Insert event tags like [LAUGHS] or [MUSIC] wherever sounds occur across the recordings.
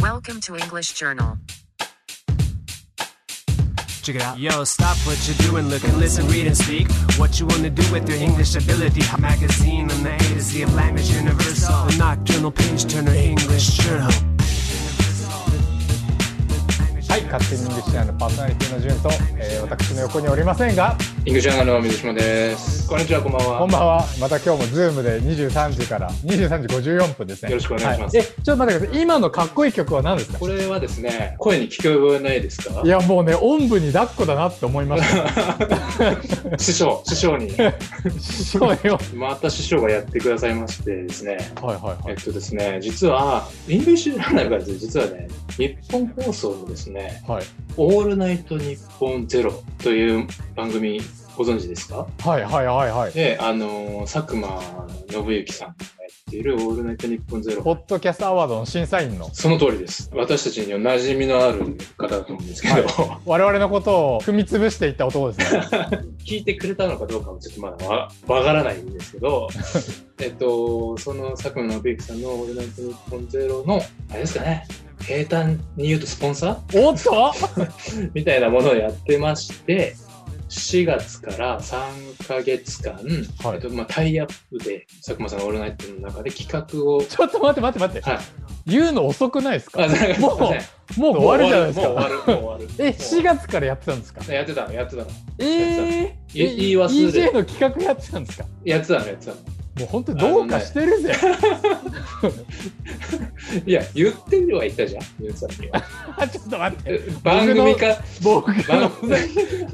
Welcome to English Journal. Check it out. Yo, stop what you're doing, look and listen, read and speak. What you wanna do with your English ability? Magazine on the A to Z of language universal. The nocturnal page turner English journal. はい、勝手にイングリッシュアのパーソナリティの順と、えー私の横におりませんが、イングジャーナルの水島です。こんにちは、こんばんは。こんばんは。また今日もズームで23時から23時54分ですね。よろしくお願いしますはえ、ちょっと待ってください。今のかっこいい曲は何ですかこれはですね、声に聞こえないですかいや、もうね、おんぶに抱っこだなって思いました。 [LAUGHS] 師 [LAUGHS] 匠、師匠に、そうよ。また師匠がやってくださいましてですね、はいはいはえいっ。とですね、実は、イングリッシュジャーナルがですね実はね、日本放送のですね、はい、オールナイトニッポンゼロという番組、ご存知ですかはいはいはいはい。で、あのー、佐久間信之さんがやっているオールナイトニッポンゼロポ。ッドキャストアワードの審査員のその通りです。私たちには馴染みのある方だと思うんですけど、我々のことを踏み潰していった男です [LAUGHS] ね。聞いてくれたのかどうかもちょっとまだわわからないんですけ [LAUGHS] ど、えっと、その佐久間信之さんの「オールナイトニッポンゼロの、あれですかね、平坦に言うとスポンサおっとーみたいなものをやってまして、4月から3ヶ月間、はいえっとまあ、タイアップで佐久間さんの「オールナイト」の中で企画を、ちょっと待って待って待って。はい、言うの遅くないですかあなんかすいもうませんもう [LAUGHS] 終わるじゃないですもうか。終わる、もう終わる。もう終わえ、る4月からやってたんですかやってたの、やってたの。えー、言い言い忘れ EJ の企画やってたんですかやってたの、やってたの。もう本当にどうかしてるぜ。いや、言ってみれば言ったじゃん、ゆうさんには。 [LAUGHS] ちょっと待って。え番組か、僕の番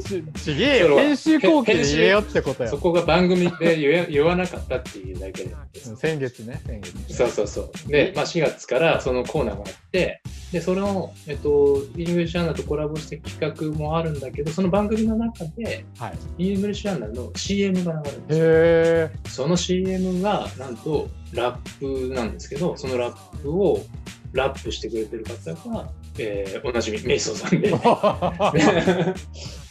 ちちげえよ。編集後期で言えよってことそよ。こが番組で言え [LAUGHS] 言わなかったっていうだけで。先月ね、先月ね。そうそうそう。で、まあ、4月からそのコーナーがあって、で、それを、えっと、イングリッシュアナとコラボして企画もあるんだけど、その番組の中で、はい。イングリッシュアナの CM が流れるんですよ。へえ。その CM が、なんと、ラップなんですけど、そのラップを、ラップしてくれてる方が、えー、おなじみ、メイソンさん [LAUGHS] で。 [LAUGHS]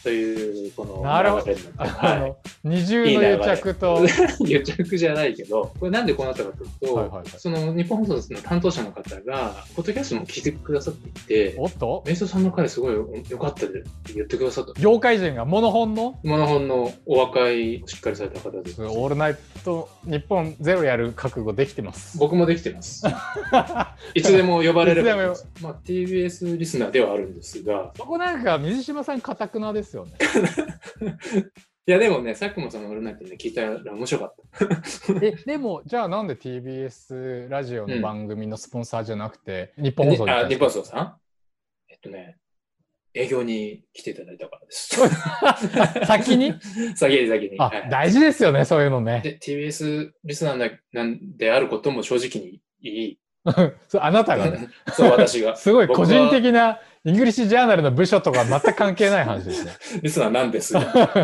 という、この、なるほど流れになってあはいの、二重の癒着 [LAUGHS] と。はい癒着じゃないけど、これなんでこうなったかというと、はいはい。その日本放送の担当者の方が、ポッドキャストも聞いてくださっていて、おっとメイソさんの回すごい良かったでって言ってくださった。業界人がモノホンのモノホンのお若いしっかりされた方です。オールナイト日本ゼロやる覚悟できてます。僕もできて [LAUGHS] ます。いつでも呼ばれればいつでもまあ、TBS リスナーではあるんですが、そこなんか水島さんかたくなですよね。いやでもね、佐久間さんのオールナイトね、聞いたら面白かった。 [LAUGHS] えでもじゃあなんで TBS ラジオの番組のスポンサーじゃなくて、日本放送に行ったんあで日す本か放送さんえっとね、営業に来ていただいたか [LAUGHS] らです。先 [LAUGHS] に先に先に。あはい大事ですよねそういうのね。で TBS リスナーなんだなんであることも正直にいい。そうあなたがね [LAUGHS] そう、私が。すごい僕個は人的なイングリッシュジャーナルの部署とか全く関係ない話 [LAUGHS] ですね。リスナーなんです。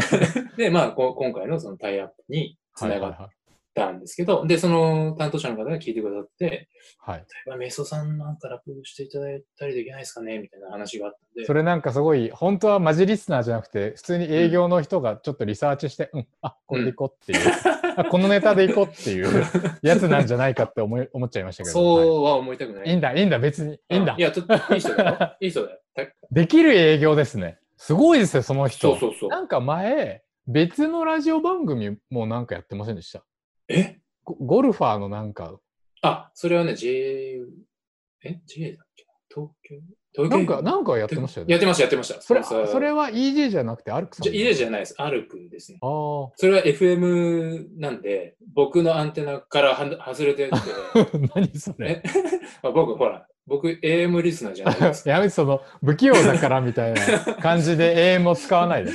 [LAUGHS] で、まあ、こ今回のそのタイアップにつはいはながいっはいたんですけど、で、その担当者の方が聞いてくださって、はい。まあ、メイソさんなんかラップしていただいたりできないですかねみたいな話があったんでそ、れなんかすごい本当はマジリスナーじゃなくて普通に営業の人がちょっとリサーチして、うん、あこれでいこうっていう、あこのネタでいこうっていうやつなんじゃないかって思い思っちゃいましたけど。はいそうは思いたくない。いいんだ、いいんだ、別に。いいんだい。や、ちょっといい人だよ。 [LAUGHS] いい人だよ。たできる営業ですね。すごいですよ、その人。そうそうそう。なんか前、別のラジオ番組もなんかやってませんでした。えゴゴルファーのなんか、あ、それはね、J、え ?J だっけ東京東京なんか、なんかやってましたよやね。ってました、やってました。それ、スポンサーそれは EJ じゃなくて、アルクさん。じゃ家じゃないです。アルクですね。ああ。それは FM なんで、僕のアンテナからは外れてるんで、 [LAUGHS] 何それ。。え [LAUGHS] あ僕、ほら、僕 AM リスナーじゃないで [LAUGHS] すやめて、その、不器用だからみたいな感じ [LAUGHS] で AM を使わないで。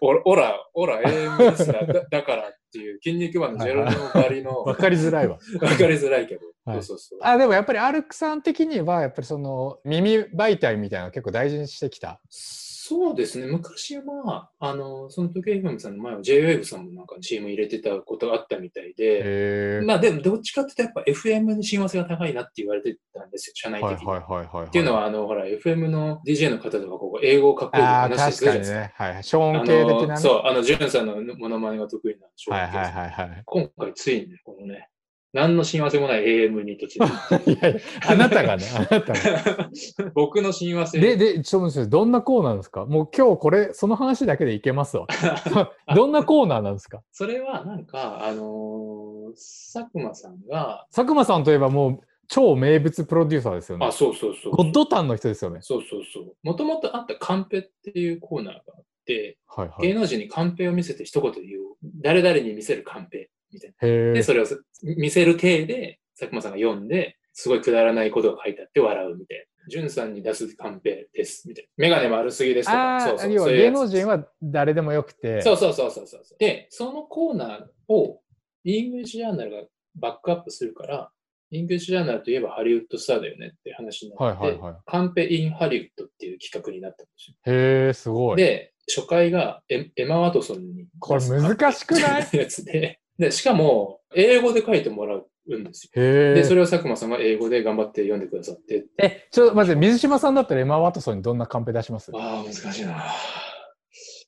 おおら、おら、AM リスナー [LAUGHS] だだからっていう、筋肉マンのゼロの代わりの、わ [LAUGHS] わかかりづらいわ。りづらいけど、はいそうそうそう。あ、でもやっぱりアルクさん的には、やっぱりその、耳媒体みたいなの結構大事にしてきた。そうですね、昔は、あの、その時 FM さんの前は JWAVE さんもなんか CM 入れてたことがあったみたいで、へえ。まあでもどっちかっていうとやっぱ FM に親和性が高いなって言われてたんですよ、社内はい的はいに。はいはい、はい。っていうのは、あの、ほら、FM の DJ の方とか、ここ、英語かっこいいとああかー、話し確てるかじゃないにですか。ね。はい。ショーン系あ的のなね。そう、あの、ジュンさんのモノマネが得意なショーはンい系ですはいはいはい。今回、ついにね、このね、何の親和性もない AM2 と [LAUGHS] 違う。 [LAUGHS] いやいや、あなたがね、あなた [LAUGHS] が。僕の親和性。で、で、ちょっと待ってくださいどんなコーナーですかもう今日これ、その話だけでいけますわ。 [LAUGHS] どんなコーナーなんですかそれはなんか、あのー佐久間さんが、佐久間さんといえばもう超名物プロデューサーですよねあ、。そうそうそう。ゴッドタンの人ですよね。そうそうそう。もともとあったカンペっていうコーナーがあって、はいはい。芸能人にカンペを見せて一言言おう。誰々に見せるカンペみたいへな。で、え。それを見せる体で、佐久間さんが読んで、すごいくだらないことが書いてあって笑うみたいな。じゅんさんに出すカンペですみたいな。メガネ丸すぎですとか。あそうあ、そう要はそういう芸やつ能人は誰でもよくて。そうそうそうそうそうそう。で、そのコーナーを、イングリッシュジャーナルがバックアップするから、イングリッシュジャーナルといえばハリウッドスターだよねって話にはないって、はいはい。カンペインハリウッドっていう企画になったんですよ。へえ、すごい。で、初回がエエマ・ワトソンに。これ難しくないやつ [LAUGHS] で。で、しかも、英語で書いてもらうんですよ。へで、そえ。れを佐久間さんが英語で頑張って読んでくださって。え、ちょっと待って、水島さんだったらエマ・ワトソンにどんなカンペ出しますああ、難しいな。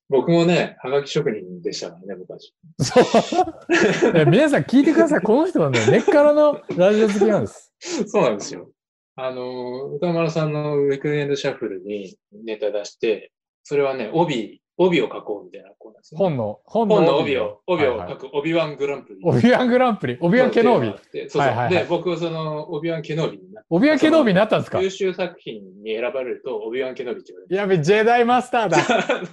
僕もね、はがき職人でしたからね、僕は。そう。いや皆さん聞いてください。この人はね、根っからのラジオ好きなんです。そうなんですよ。あの、歌丸さんのウィークエンドシャッフルにネタ出して、それはね、帯、帯を書こうみたいなコーナーですね。本の、本本の帯を、帯をはいは書いく、帯ワングランプリ。オビワングランプリ、オビワンケノービ。そうそう。はいはいはいで、僕、その、オビワン・ケノービになっオビワンケノービになったんですた。か優秀作品に選ばれると、オビワン・ケノービって言やわべ、ジェダイマスターだ。れる。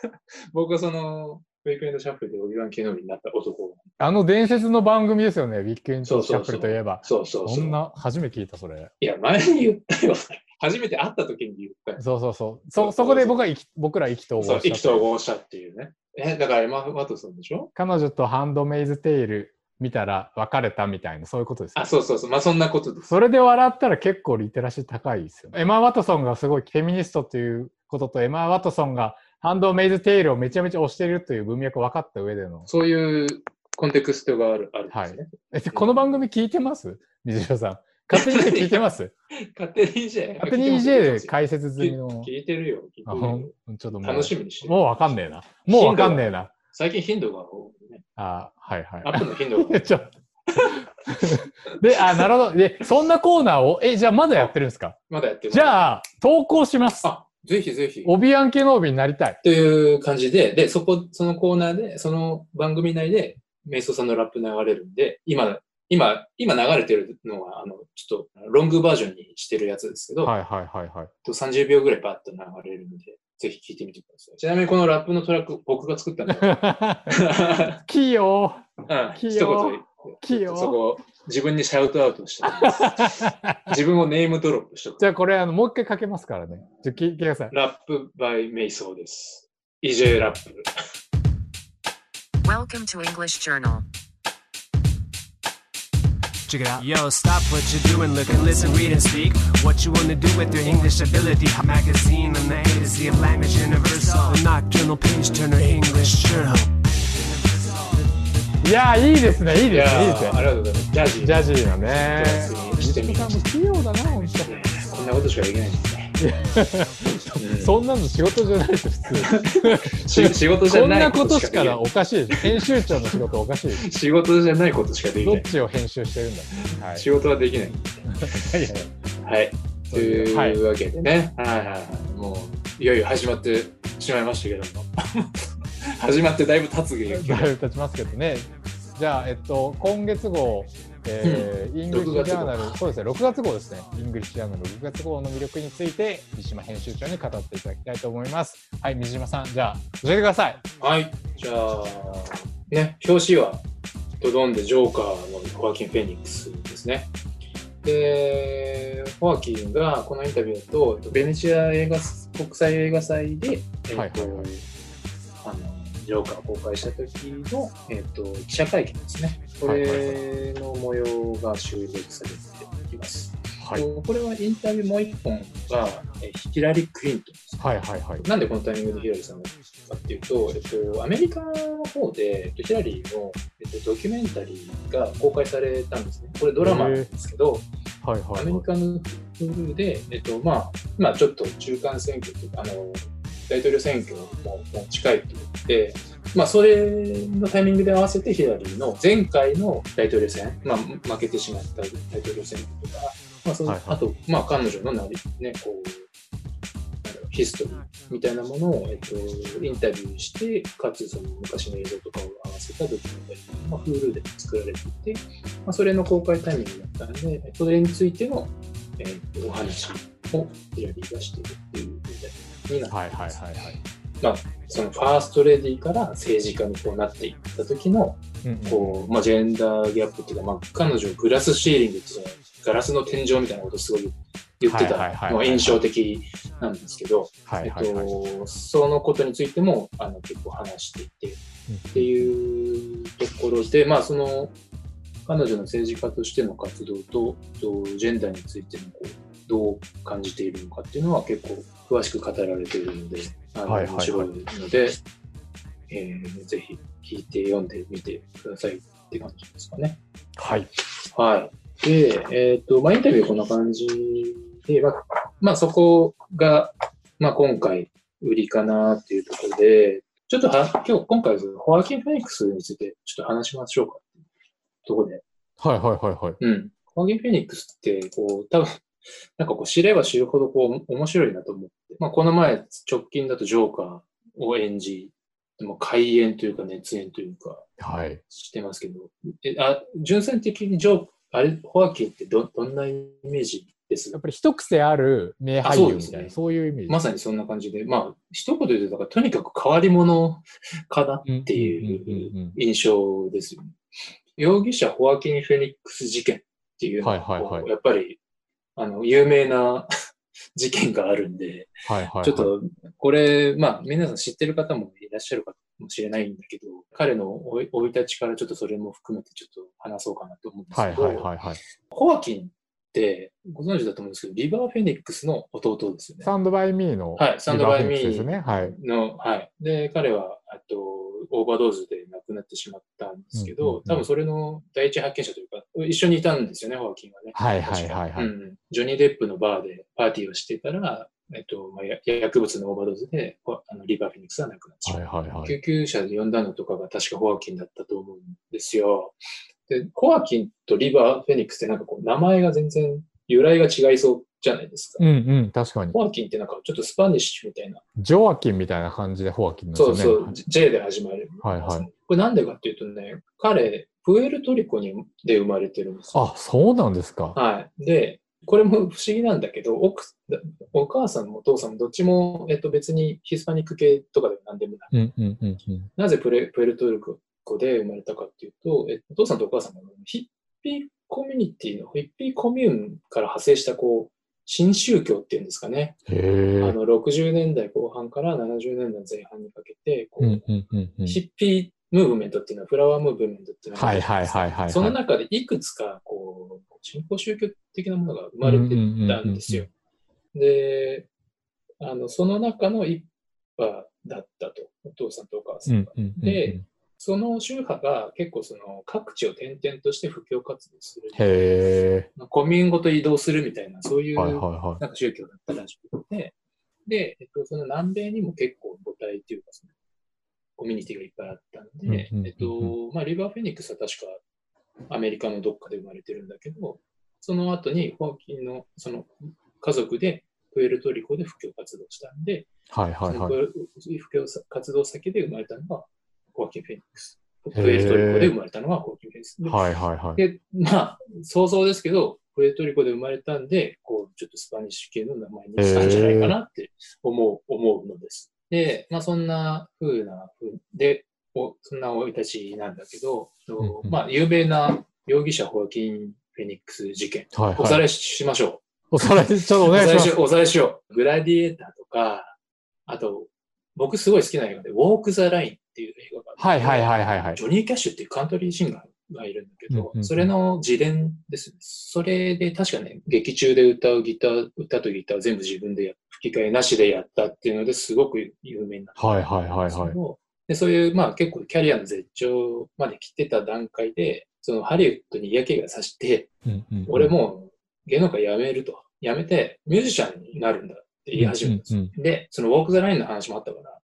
[LAUGHS] 僕はその、ウィークエンドシャッフルでオビワン・ケノービになった男。あの伝説の番組ですよね、ウィークエンドシャッフルといえば。そうそうそそんう。な、初めて聞いた、それ。いや、前に言ったよ。初めて会った時に言ったよ。そうそうそう。そそうそこで僕は意気僕ら意気投合そう、意し気た投。合したっていうね。え、だからエマ・ワトソンでしょ彼女とハンドメイズテイル見たら別れたみたいな、そういうことですよあ、そうそうそう。まあ、そんなことです。それで笑ったら結構リテラシー高いですよね。エマ・ワトソンがすごいフェミニストということと、エマ・ワトソンがハンドメイズ・テイルをめちゃめちゃ推しているという文脈を分かった上での。そういうコンテクストがある、あるんですね。え、この番組聞いてます [LAUGHS] 水島さん。勝手に聞いてます勝手に EJ。勝手に EJ でい解説済みの。聞いてるよ。聞いあてるほよんちょっともう楽しみにしてるもうわかんねえな。もうわかんねえな。最近頻度が多いね。あはいはアップの頻度がい。 [LAUGHS] ちょで、あ、なるほど。で、そんなコーナーを、え、じゃあまだやってるんですかまだやってます。じゃあ、投稿します。あ、ぜひぜひ。オビアン・ケノービになりたい。という感じで、で、そこ、そのコーナーで、その番組内で、メイソさんのラップ流れるんで、今、今、今流れてるのは、あの、ちょっと、ロングバージョンにしてるやつですけど、はいはいはいはい。と30秒ぐらいバッと流れるので、ぜひ聞いてみてください。ちなみにこのラップのトラック、僕が作ったんだよ。 [LAUGHS] 器用。 [LAUGHS] うん器用一言器用そこ、自分にシャウトアウトしておきます [LAUGHS] 自分をネームドロップしておくじ。ゃあこれあのもう一回かけますからね。ちょ聞いてください。ラップ by メイソーです。EJ ラップ。 Welcome to English Journal. Check it out. Yo, stop what you're doing, look and listen, read and speak. What you wanna do with your English ability? A magazine on the A to Z of language universal. A nocturnal page turner English journal. いやー、いいですね、いいいですね、いいやですー、ね。ありがとうございます。ジャージー。ジャジーのね。してみまも器用だな、本当に。こんなことしかできないですね。そんなの仕事じゃないです、普し仕事じ通。こゃんなないここととしかしかでなきなおかしいです。編集長の仕事おかしいです。い。仕事じゃないことしかできどなっい。ちを編集してるんだ。はい。仕事はできない。いやいやはい。といはいうわけでね、はいはいはい、もういよいよ始まってしまいましたけども、始まってだいぶ経つけど、だいぶ経ちますけどね。じゃあ、えっと、今月号、えーイングリッシュジャーナル、そうですね、6月号ですね、イングリッシュジャーナル6月号の魅力について、三島編集長に語っていただきたいと思います。はい、三島さん、じゃあ、教えてください。はい、じゃあ、ね、表紙はドドンでジョーカーのホアキン・フェニックスですね。で、ホアキンがこのインタビューだと、えっとベネチア映画国際映画祭で、えっとはいはいはいあのジョーカーを公開した時の、えっと記者会見ですね。こはいはいれの模様が収録されています。はい。これはインタビューもう一本がえーヒラリー・クリントンです。はいはいはい。なんでこのタイミングでヒラリーさんがかっていうと、えっと、アメリカの方でえっとヒラリーの、えっと、ドキュメンタリーが公開されたんですね。これドラマなんですけど、はいはアいメはい。リカのフルで、えっとまあ、今ちょっと中間選挙というかあの大統領選挙ももう近いということで、まあ、それのタイミングで合わせてヒラリーの前回の大統領選、まあ、負けてしまった大統領選とか、まあそのはいはいあと、まあ、彼女のなり、ね、こうなんだろうヒストリーみたいなものを、えっと、インタビューして、かつその昔の映像とかを合わせたドキュメンタリーが、まあ、Hulu で作られていて、まあ、それの公開タイミングだったんで、えっとそれについての、えっと、お話をヒラリーがしているっていう状態になってます。はいはいはいはい。そのファーストレディーから政治家にこうなっていった時のうんうんこう、まあ、ジェンダーギャップっていうか、まあ、彼女グラスシーリングっていうのはガラスの天井みたいなことをすごい言っはていはいはいはたいのが印象的なんですけど、はえいっはいはい。と、そのことについてもあの結構話していてっていうところで、まあ、その彼女の政治家としての活動ととジェンダーについてのこうどう感じているのかっていうのは結構詳しく語られているのであのはいはいはい面白いので、えーぜひ聞いて読んでみてくださいって感じですかね。はい。はい。で、えっ、と、まあ、インタビューこんな感じで、まあ、まあ、そこが、まあ、今回、売りかなっていうところで、ちょっとは、今日、今回、ホワキン・フェニックスについて、ちょっと話しましょうか。ところで。はいはいはいはい。うん。ホワキン・フェニックスって、こう、多分、なんかこう、知れば知るほど、こう、面白いなと思って。まあ、この前、直近だとジョーカーを演じ、もう、開演というか、熱演というか、はい。してますけど、えあ純粋的にジョーあれホワキンってどどんなイメージですやっぱり一癖ある名俳優みたいな、あそうそう,、ですねいうイメージ。まさにそんな感じで、まあ、一言で言うと、だからとにかく変わり者かなっていうんうんうんうんう印象ですよね。容疑者ホワキン・フェニックス事件っていうのがこう、はいはいはいやっぱり、あの、有名な [LAUGHS] 事件があるんで、はいはいはい。ちょっと、これ、まあ、皆さん知ってる方もいらっしゃるかもしれないんだけど、彼の生い生い立ちからちょっとそれも含めてちょっと話そうかなと思うんですはいけど、はいはいはい。ホワキンってご存知だと思うんですけど、リバー・フェニックスの弟ですよね。サンドバイミーの、はいサンドバイミーリバフェニックスですね。はい。の、はい。で、彼は、あと、オーバードーズで亡くなってしまったんですけど、うんうんうん多分それの第一発見者というか、一緒にいたんですよね、ホワキンはね。はいはいはいはい。うん、ジョニー・デップのバーでパーティーをしてたら、えっとまあ、や薬物のオーバードーズでほあのリバー・フェニックスは亡くなってしまはういはいはい。救急車で呼んだのとかが確かホアキンだったと思うんですよ。で、ホアキンとリバー・フェニックスってなんかこう名前が全然由来が違いそうじゃないですか。うんうん、確かに。ホアキンってなんかちょっとスパニッシュみたいな。ジョアキンみたいな感じでホアキンなんですそようね。そう、J で始まる。はいはい。これなんでかっていうとね、彼、プエルトリコにで生まれてるんですよ。あ、そうなんですか。はい。で、これも不思議なんだけど、奥お母さんもお父さんもどっちも、えっと、別にヒスパニック系とかでも何でもない。うんうんうんうん。なぜプレプエルトリコで生まれたかっていうと、えお父さんとお母さんがヒッピーコミュニティの、ヒッピーコミューンから派生したこう、新宗教っていうんですかね。へあえ。の、60年代後半から70年代前半にかけて、こうう、んうんうんうん。ヒッピームーブメントっていうのは、フラワームーブメントっていうのがはあるいんですよはいはいはい。その中でいくつか、こう、新興宗教的なものが生まれてたんですよ。で、あの、その中の一派だったと、お父さんとお母うさんうんんが。うんうん。でその宗派が結構その各地を転々として布教活動する。へコミューンごと移動するみたいな、そういえ。うはいはいはなんか宗教だったらしくて、で、えっと、その南米にも結構母体っていうか、そのコミュニティがいっぱいあったんうんうんでうんう、んえっと、まあ、リバー・フェニックスは確かアメリカのどっかで生まれてるんだけど、その後にホーキンのその家族でプエルトリコで布教活動したんで、い。はいはいはい。その布教活動先で生まれたのがホーキン・フェニックス。プエルトリコで生まれたのがホーキン・フェニックス。ではいはいはい。で、まあ、想像ですけど、プエルトリコで生まれたんで、こう、ちょっとスパニッシュ系の名前にしたんじゃないかなって思う、思うのです。で、まあ、そんな風な風で、おそんな生い立ちなんだけど、んうんまあ、有名な容疑者ホアキン・フェニックス事件。はいおさはい。らいしましょおさらい、ちょっとおう。お願いさしらいましすよ。う。おさらいしよう。グラディエーターとか、あと、僕すごい好きな映画で、ウォーク・ザ・ラインっていう映画があはっいてはいはいはいはいジ。ョニー・キャッシュっていうカントリーシンガーがいるんだけど、うんうんそれの自伝ですね。それで確かね、劇中で歌うギター、歌とギター全部自分でや吹き替えなしでやったっていうのですごく有名になったはいはいはいんですはけい。ど、でそういう、まあ結構キャリアの絶頂まで来てた段階で、そのハリウッドに嫌気がさして、うんうんうん俺もう芸能界辞めると。辞めてミュージシャンになるんだって言い始めたんですよ。うんうんで、そのウォーク・ザ・ラインの話もあったから、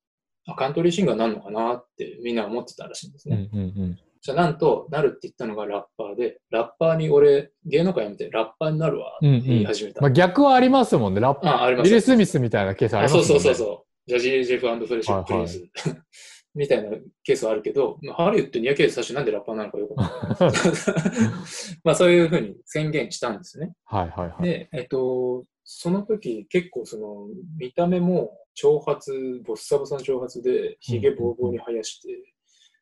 あカントリーシンガーになるのかなってみんな思ってたらしいんですうんうね。んうん。じゃなんと、なるって言ったのがラッパーで、ラッパーに俺、芸能界辞めてラッパーになるわって言い始めた。まあ逆はありますもんね。ラップ。あ、ありまビすル・スミスみたいなケースあありますそもんね。うそうそうそう。ジャジー・ジェフフレッシュ・はいプはリいンス [LAUGHS] みたいなケースはあるけど、まあハリウッドにニアケース最初なんでラッパーなのかよくわ [LAUGHS] かんない。まあそういうふうに宣言したんですね。はいはいはい。で、えっと、その時結構その見た目も長髪、ボッサボサの長髪で、ひげぼうぼうに生やして、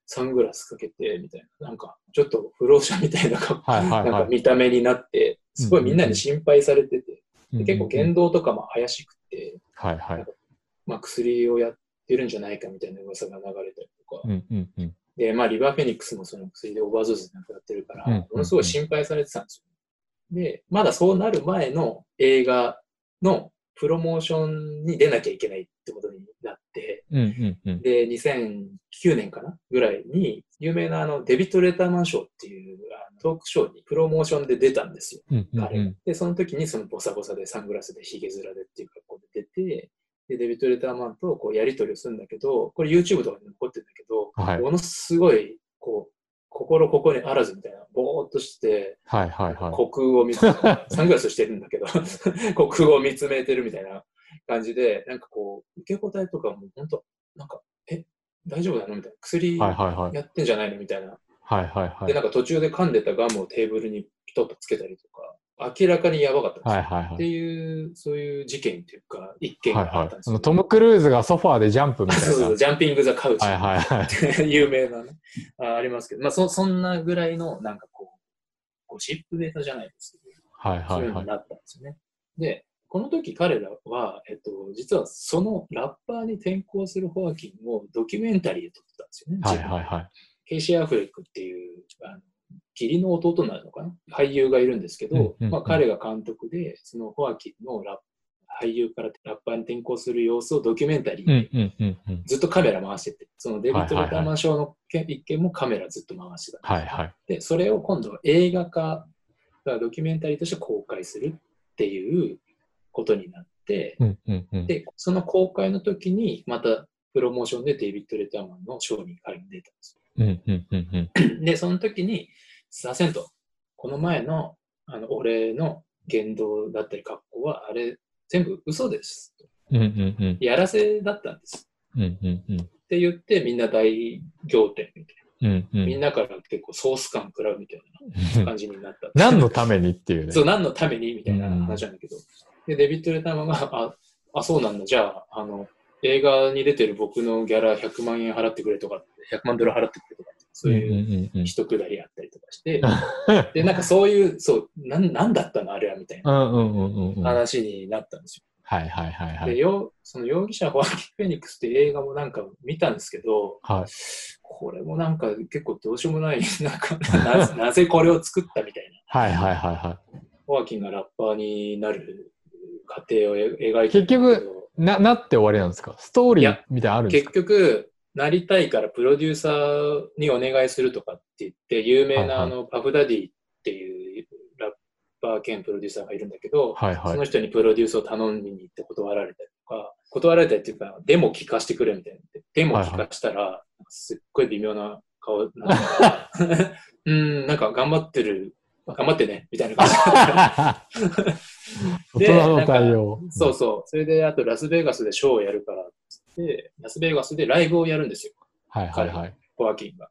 サングラスかけてみたいな、なんかちょっと不老者みたいな格好はいはいはいなんか見た目になって、すごいみんなに心配されてて、うんうでん結構言動とかも怪しくて、はいはい。まあ、薬をやってるんじゃないかみたいな噂が流れたりとか、うんうんうん。で、まあ、リバーフェニックスもその薬でオーバーゾーズで亡くなってるから、うんうんうんものすごい心配されてたんですよ。で、まだそうなる前の映画のプロモーションに出なきゃいけないってことになって、うんうんうん。で、2009年かなぐらいに、有名なあのデビット・レターマン賞っていうあのトークショーにプロモーションで出たんですよ。うんうん彼うがん。で、その時にそのボサボサでサングラスでヒゲ面でっていう格好で出て、で、デビッド・レターマンとこうやり取りをするんだけど、これ YouTube とかに残ってるんだけど、はいものすごい、こう、心ここにあらずみたいな、ぼーっとして、はいはいは虚空 [LAUGHS] を見つめ、サングラスしてるんだけど、 [LAUGHS] 虚空を見つめてるみたいな感じで、なんかこう、受け答えとかも本当なんか、え、大丈夫なのみたいな。薬い。はいやはいはい。ってんじゃないのみたいなはいはいはで、い。なんか途中で噛んでたガムをテーブルにピトッとつけたりとか、明らかにやばかったんですよ。はいはいはってい。いう、そういう事件っていうか、一件はいがあはったんい。ですそよ、のトム・クルーズがソファーでジャンプみたい [LAUGHS] そうそうそうジャンピング・ザ・カウチ、な。はいはいはい。 [LAUGHS] 有名なねあ、ありますけど、まあそ、そんなぐらいの、なんかこう、ゴシップデータじゃないですけど、はいはそういいうのはいに。なったんですよね。で、この時彼らは、えっと、実はそのラッパーに転向するホアキンをドキュメンタリーで撮ってたんですよね。はいはいはい。ケイシー・アフレックっていう、あの義理の弟になるのかな俳優がいるんですけうんうんど、うんまあ、彼が監督で、そのホアキンのラッ俳優からラッパーに転向する様子をドキュメンタリーうでんうんうんうん。ずっとカメラ回してて、そのデビッド・はいはいはいレターマン賞の件一件もカメラずっと回してた。はいはい。で、それを今度は映画化がドキュメンタリーとして公開するっていうことになって、うんうんうん。で、その公開の時にまたプロモーションでデビッド・レターマンの賞に彼が出たんですようんうんうんうん。で、その時に、させんと、この前の、あの、俺の言動だったり格好は、あれ、全部嘘です。うんうんうん。やらせだったんです。うんうんうん。って言って、みんな大仰天みたいうんうな。みんん。なから結構ソース感食らうみたいな感じになった。何のためにっていうね。そう、何のためにみたいな話なんだけど。で、デビッド・レターマンが、あ、あ、そうなんだ。じゃあ、あの、映画に出てる僕のギャラ100万円払ってくれとか、100万ドル払ってくれとか、そういううんうんうん。一くだりあったりとかして、で、なんかそういう、そう、なんなんだったのあれはみたいなうんうんうんうんうん。はい話になったんですはいはいはよ。で、い。よその容疑者ホアキン・フェニックスっていう映画もなんか見たんですけど、はい。これもなんか結構どうしようもない、 [LAUGHS] なんか [LAUGHS] なぜ、なぜこれを作ったみたいな。はいはいはいはホアキンがラッパーになる過程を描いてるんだけど結局、い。な、なって終わりなんですかストーリいーやみたいなのあるんです結か局、なりたいからプロデューサーにお願いするとかって言って、有名なはあいはのパフダディっていうラッパー兼プロデューサーがいるんだけど、はいそはのい。人にプロデュースを頼みに行って断られたりとか、断られたりっていうか、デモ聞かせてくれみたいな。デモ聞かしたら、すっごい微妙な顔になって [LAUGHS] うーん、なんか頑張ってる、頑張ってね、みたいな感じ [LAUGHS] 大人の対応。 [LAUGHS] そうそう。それで、あとラスベガスでショーをやるからって言って、ラスベガスでライブをやるんですよ、はいはいはい。ホアキンが。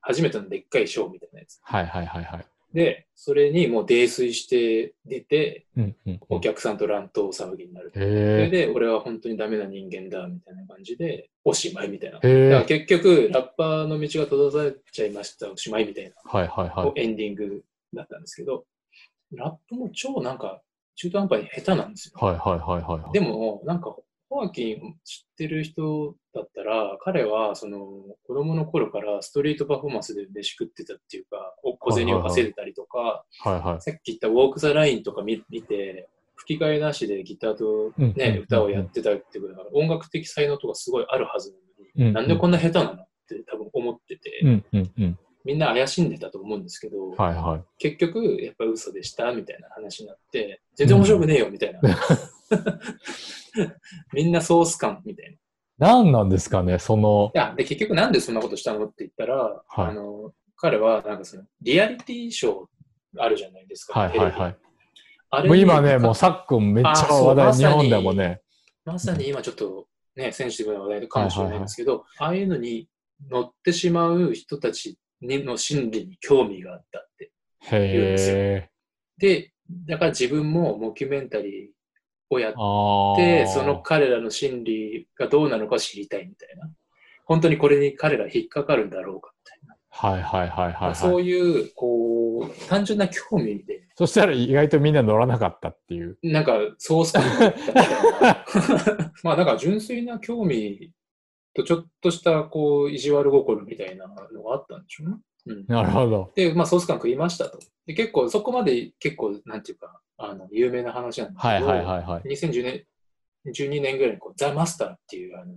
初めてのでっかいショーみたいなやつ。はいはいはいはい。で、それにもう泥酔して出て、うんうんうおん。客さんと乱闘騒ぎになる。それへで、俺は本当にダメな人間だ、みたいな感じで、おしまいみたいな。え。だかへえ。ら結局、ラッパーの道が閉ざされちゃいました、おしまいみたいはいはいは。ないエンディングだったんですけど、ラップも超なんか、中途半端に下手なんですよ。はいはいはいはいはい。でも、なんか、ホアキン知ってる人だったら、彼は、その、子供の頃からストリートパフォーマンスで飯食ってたっていうか、お小銭を稼いでたりとか、はいはい。さっき言ったウォーク・ザ・ラインとか見見て、吹き替えなしでギターと、うんうんうんね、歌をやってたってことだから、音楽的才能とかすごいあるはずなうんのうに、んなんでこんな下手なのって多分思ってうて、んうんうん。みんな怪しんでたと思うんですけど、はいはい。結局、やっぱ嘘でしたみたいな話になって、 [LAUGHS] 全然面白くねえよみたいな。みんなソース感みたい何なんですかね、その。や、で、結局なんでそんなことしたのって言ったら、いあの、彼は、なんかその、リアリティショーあるじゃないですか。はいテレはビいはい。あれもう今ね、なんかもう昨今めっちゃあそう話題、まさ日に本でもね。まさに今ちょっと、ね、センシティブな話題かもしれないんですけど、ああいうのに乗ってしまう人たちにの心理に興味があったって。言うんですよへえ。で、だから自分もモキュメンタリーをやっああ。て、その彼らの心理がどうなのか知りたいみたいな。本当にこれに彼ら引っかかるんだろうかみたいな。はいはいはいはい、はい。そそういう、こう、単純な興味で、したら意外とみんな乗らなかったっていう。なんかソースコードだったみたいな。 [LAUGHS] まあなんか純粋な興味とちょっとした、こう、意地悪心みたいなのがあったんでしょうね。うんなるほど。で、まあ、ソース感食いましたと。で、結構、そこまで結構、なんていうか、あの、有名な話なんですけど、はいはいはいはい。 2010年、12年ぐらいにこう、ザ・マスターっていう、あの、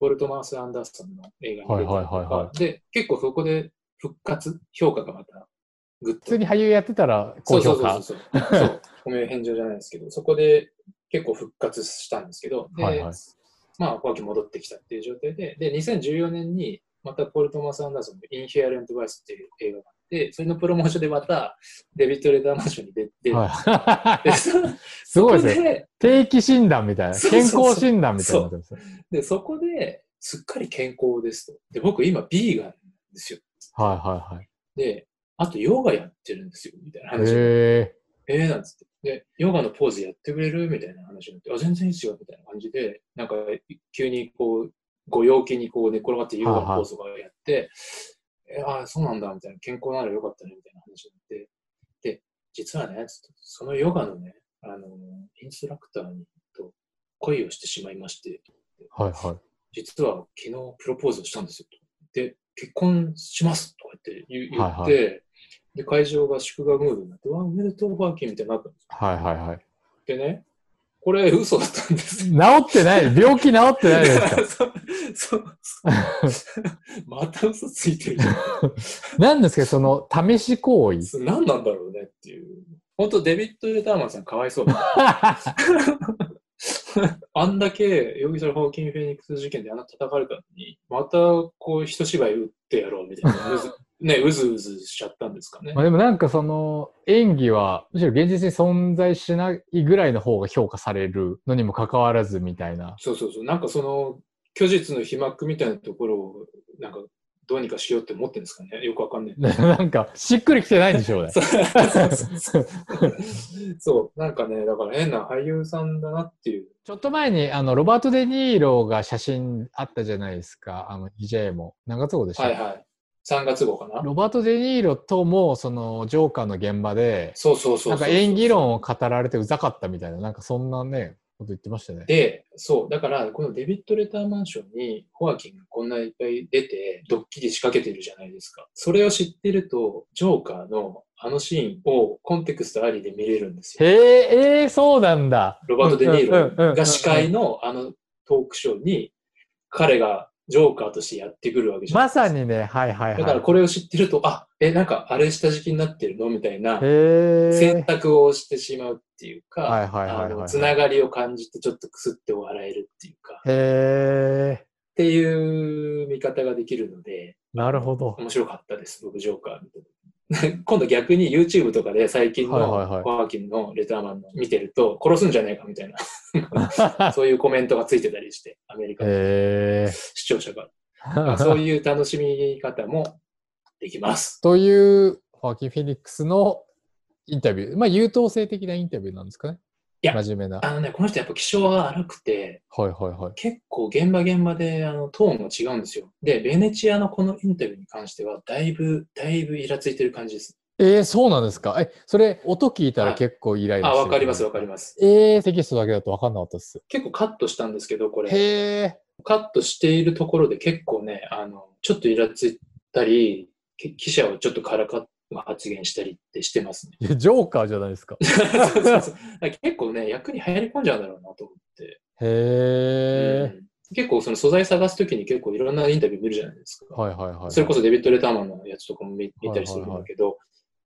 ウォルト・マース・アンダーソンの映画に出てはいはいはいはで、結構そこで復活、評価がまた、ぐっ普と通。に俳優やってたら高評価。そうそうそうそう。そう。おめ返上じゃないですけど、そこで結構復活したんですけど、で、はいはいまあ、後期戻ってきたっていう状態で、で、2014年に、またポール・トーマス・アンダーソンのインヒアレント・バイスっていう映画があって、それのプロモーションでまた、デビッド・レダーマンションに出て、はい、 [LAUGHS] でそすごいそですこね。で定期診断みたいな。そう健そうそう康診断みたいになってますね。で、そこで、すっかり健康ですと。で、僕今、ビーガンなんですよ。はいはいはい。で、あと、ヨガやってるんですよ、みたいな話をへええなんつって。で、ヨガのポーズやってくれるみたいな話になって、あ、全然いいっすよ、みたいな感じで、なんか、急にこう、ご陽気にこう寝転がってヨガのポーズとかやって、えあ、そうなんだ、みたいな、健康ならよかったね、みたいな話になって、で、実はね、つってそのヨガのね、あの、インストラクターにと恋をしてしまいまして、ーはいはい。実は昨日プロポーズをしたんですよ。で、結婚しますとか言って言言っはて、いはで、会場が祝賀ムードになって、わあ、おめでとう、バーキンみたいになったんですよはいはいはい。でね、これ嘘だったんですよ。治ってない、病気治ってないです [LAUGHS] かそうそうそうまた嘘ついてるじゃん。なんですけど、その試し行為。それ何なんだろうねっていう。本当デビッド・レターマンさんかわいそうだ。 [LAUGHS] あんだけ容疑者のホーキン・フェニックス事件であの叩かれたのに、またこう一芝居打ってやろうみたいな。[LAUGHS] うずね、うずうずしちゃったんですかねまあ。でもなんかその演技はむしろ現実に存在しないぐらいの方が評価されるのにもかかわらずみたいな。 [LAUGHS] そうそうそう。なんかその虚実の被膜みたいなところを、なんかどうにかしようって思ってるんですかね。よくわか [LAUGHS] んない。なんかしっくりきてないんでしょうね。そうそうそうそう [LAUGHS] そう、なんかね、だから変な俳優さんだなっていう。ちょっと前にあのロバート・デ・ニーロが写真あったじゃないですか。あの EJ も。何月号でした、はいはい。3月号かな。ロバート・デ・ニーロともそのジョーカーの現場でそうそうそなうそう。んか演技論を語られてうざかったみたいななんかそんなねこと言ってましたね。で、そう、だから、このデビッド・レターマンションに、ホアキンがこんないっぱい出て、ドッキリ仕掛けてるじゃないですか。それを知ってると、ジョーカーのあのシーンをコンテクストありで見れるんですよ。へえ、えー、そうなんだ。ロバート・デ・ニーロが司うんうんうんうん会のあのトークショーに、彼がジョーカーとしてやってくるわけじゃないまですか。さにね、はいはいはい。だからこれを知ってると、あ、え、なんかあれ下敷きになってるのみたいなへえ。選択をしてしまうっていうはいか、はいはいはいあはいのつながりを感じてちょっとくすって笑えるっていうか、っへえ、ていう見方ができるので、なるほど。面白かったです、僕、ジョーカー見て。 [LAUGHS] 今度逆に YouTube とかで最近のはいはいはいワーキンのレターマンの見てると殺すんじゃないかみたい [LAUGHS] な、そういうコメントがついてたりして、アメリカのへえ。視聴者が。そういう楽しみ方もできます。という、ホアキン・フェニックスのインタビュー。まあ、優等生的なインタビューなんですかね。いや真面目な。はあのね、この人やっぱ気性が荒くて、いはいはい。結構現場現場であのトーンが違うんですよ。で、ベネチアのこのインタビューに関しては、だいぶ、だいぶイラついてる感じです。えー、そうなんですか。え、それ、音聞いたらはい結構イライラあ、わかります、よ。わかります。えー、テキストだけだとわかんなかったっす。結構カットしたんですけど、これ。へえ。カットしているところで結構ね、あの、ちょっとイラついたり、け記者をちょっとからかまあ発言したりってしてま [LAUGHS] すね。いやジョーカーじゃないです [LAUGHS] か。へそうそうそうだから結構ね、役に入り込んじゃうんだろうなと思って。え。うん結構その素材探すときに結構いろんなインタビュー見るじゃないですか。はいはいはい。それこそデビッド・レターマンのやつとかも見見たりするんだけど、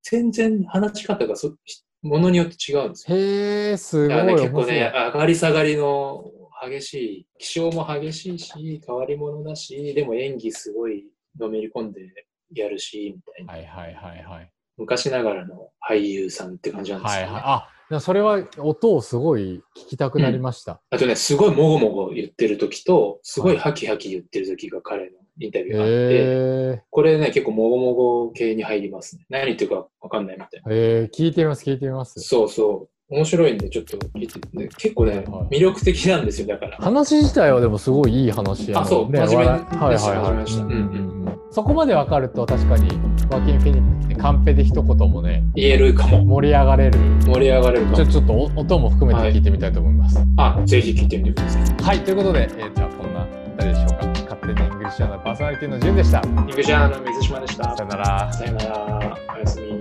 全然話し方がそものによって違うんですよ。へえ、すだごかいらね、結構面白いね、上がり下がりの激しい、気象も激しいし、変わり者だし、でも演技すごいのめり込んでやるし、みたいな。はいはいはいはい。昔ながらの俳優さんって感じなんですはよいね。はい。あ、でもそれは音をすごい聞きたくなりました。あとね、すごいもごもご言ってる時と、すごいハキハキ言ってる時が彼のインタビューがあって、えこれね、結構もごもご系に入りますね。何言ってるかわかんないみたいな。ー、えー、聞いてみます、聞いてみます。そうそう。面白いんで、ちょっと聞いて、ね、結構ね、はい魅力的なんですよ、だから。話自体はでもすごいいい話やのあそうね、真面目笑いはいでしたはい真面目でしたはい。うんうんうんそこまでわかると確かに、ワーキングフェニックスってカンペで一言もね、言えるかも。盛り上がれる。盛り上がれるちかょも。ちょっとお音も含めて聞いてみたいと思います。はい、あ、ぜひ聞いてみてください。ということで、えーじゃあこんな誰でしょうか。勝手にイングリッシュアナパーソナリティの順でした。肉じゃの水島でした。さよなら。さよなら。おやすみ。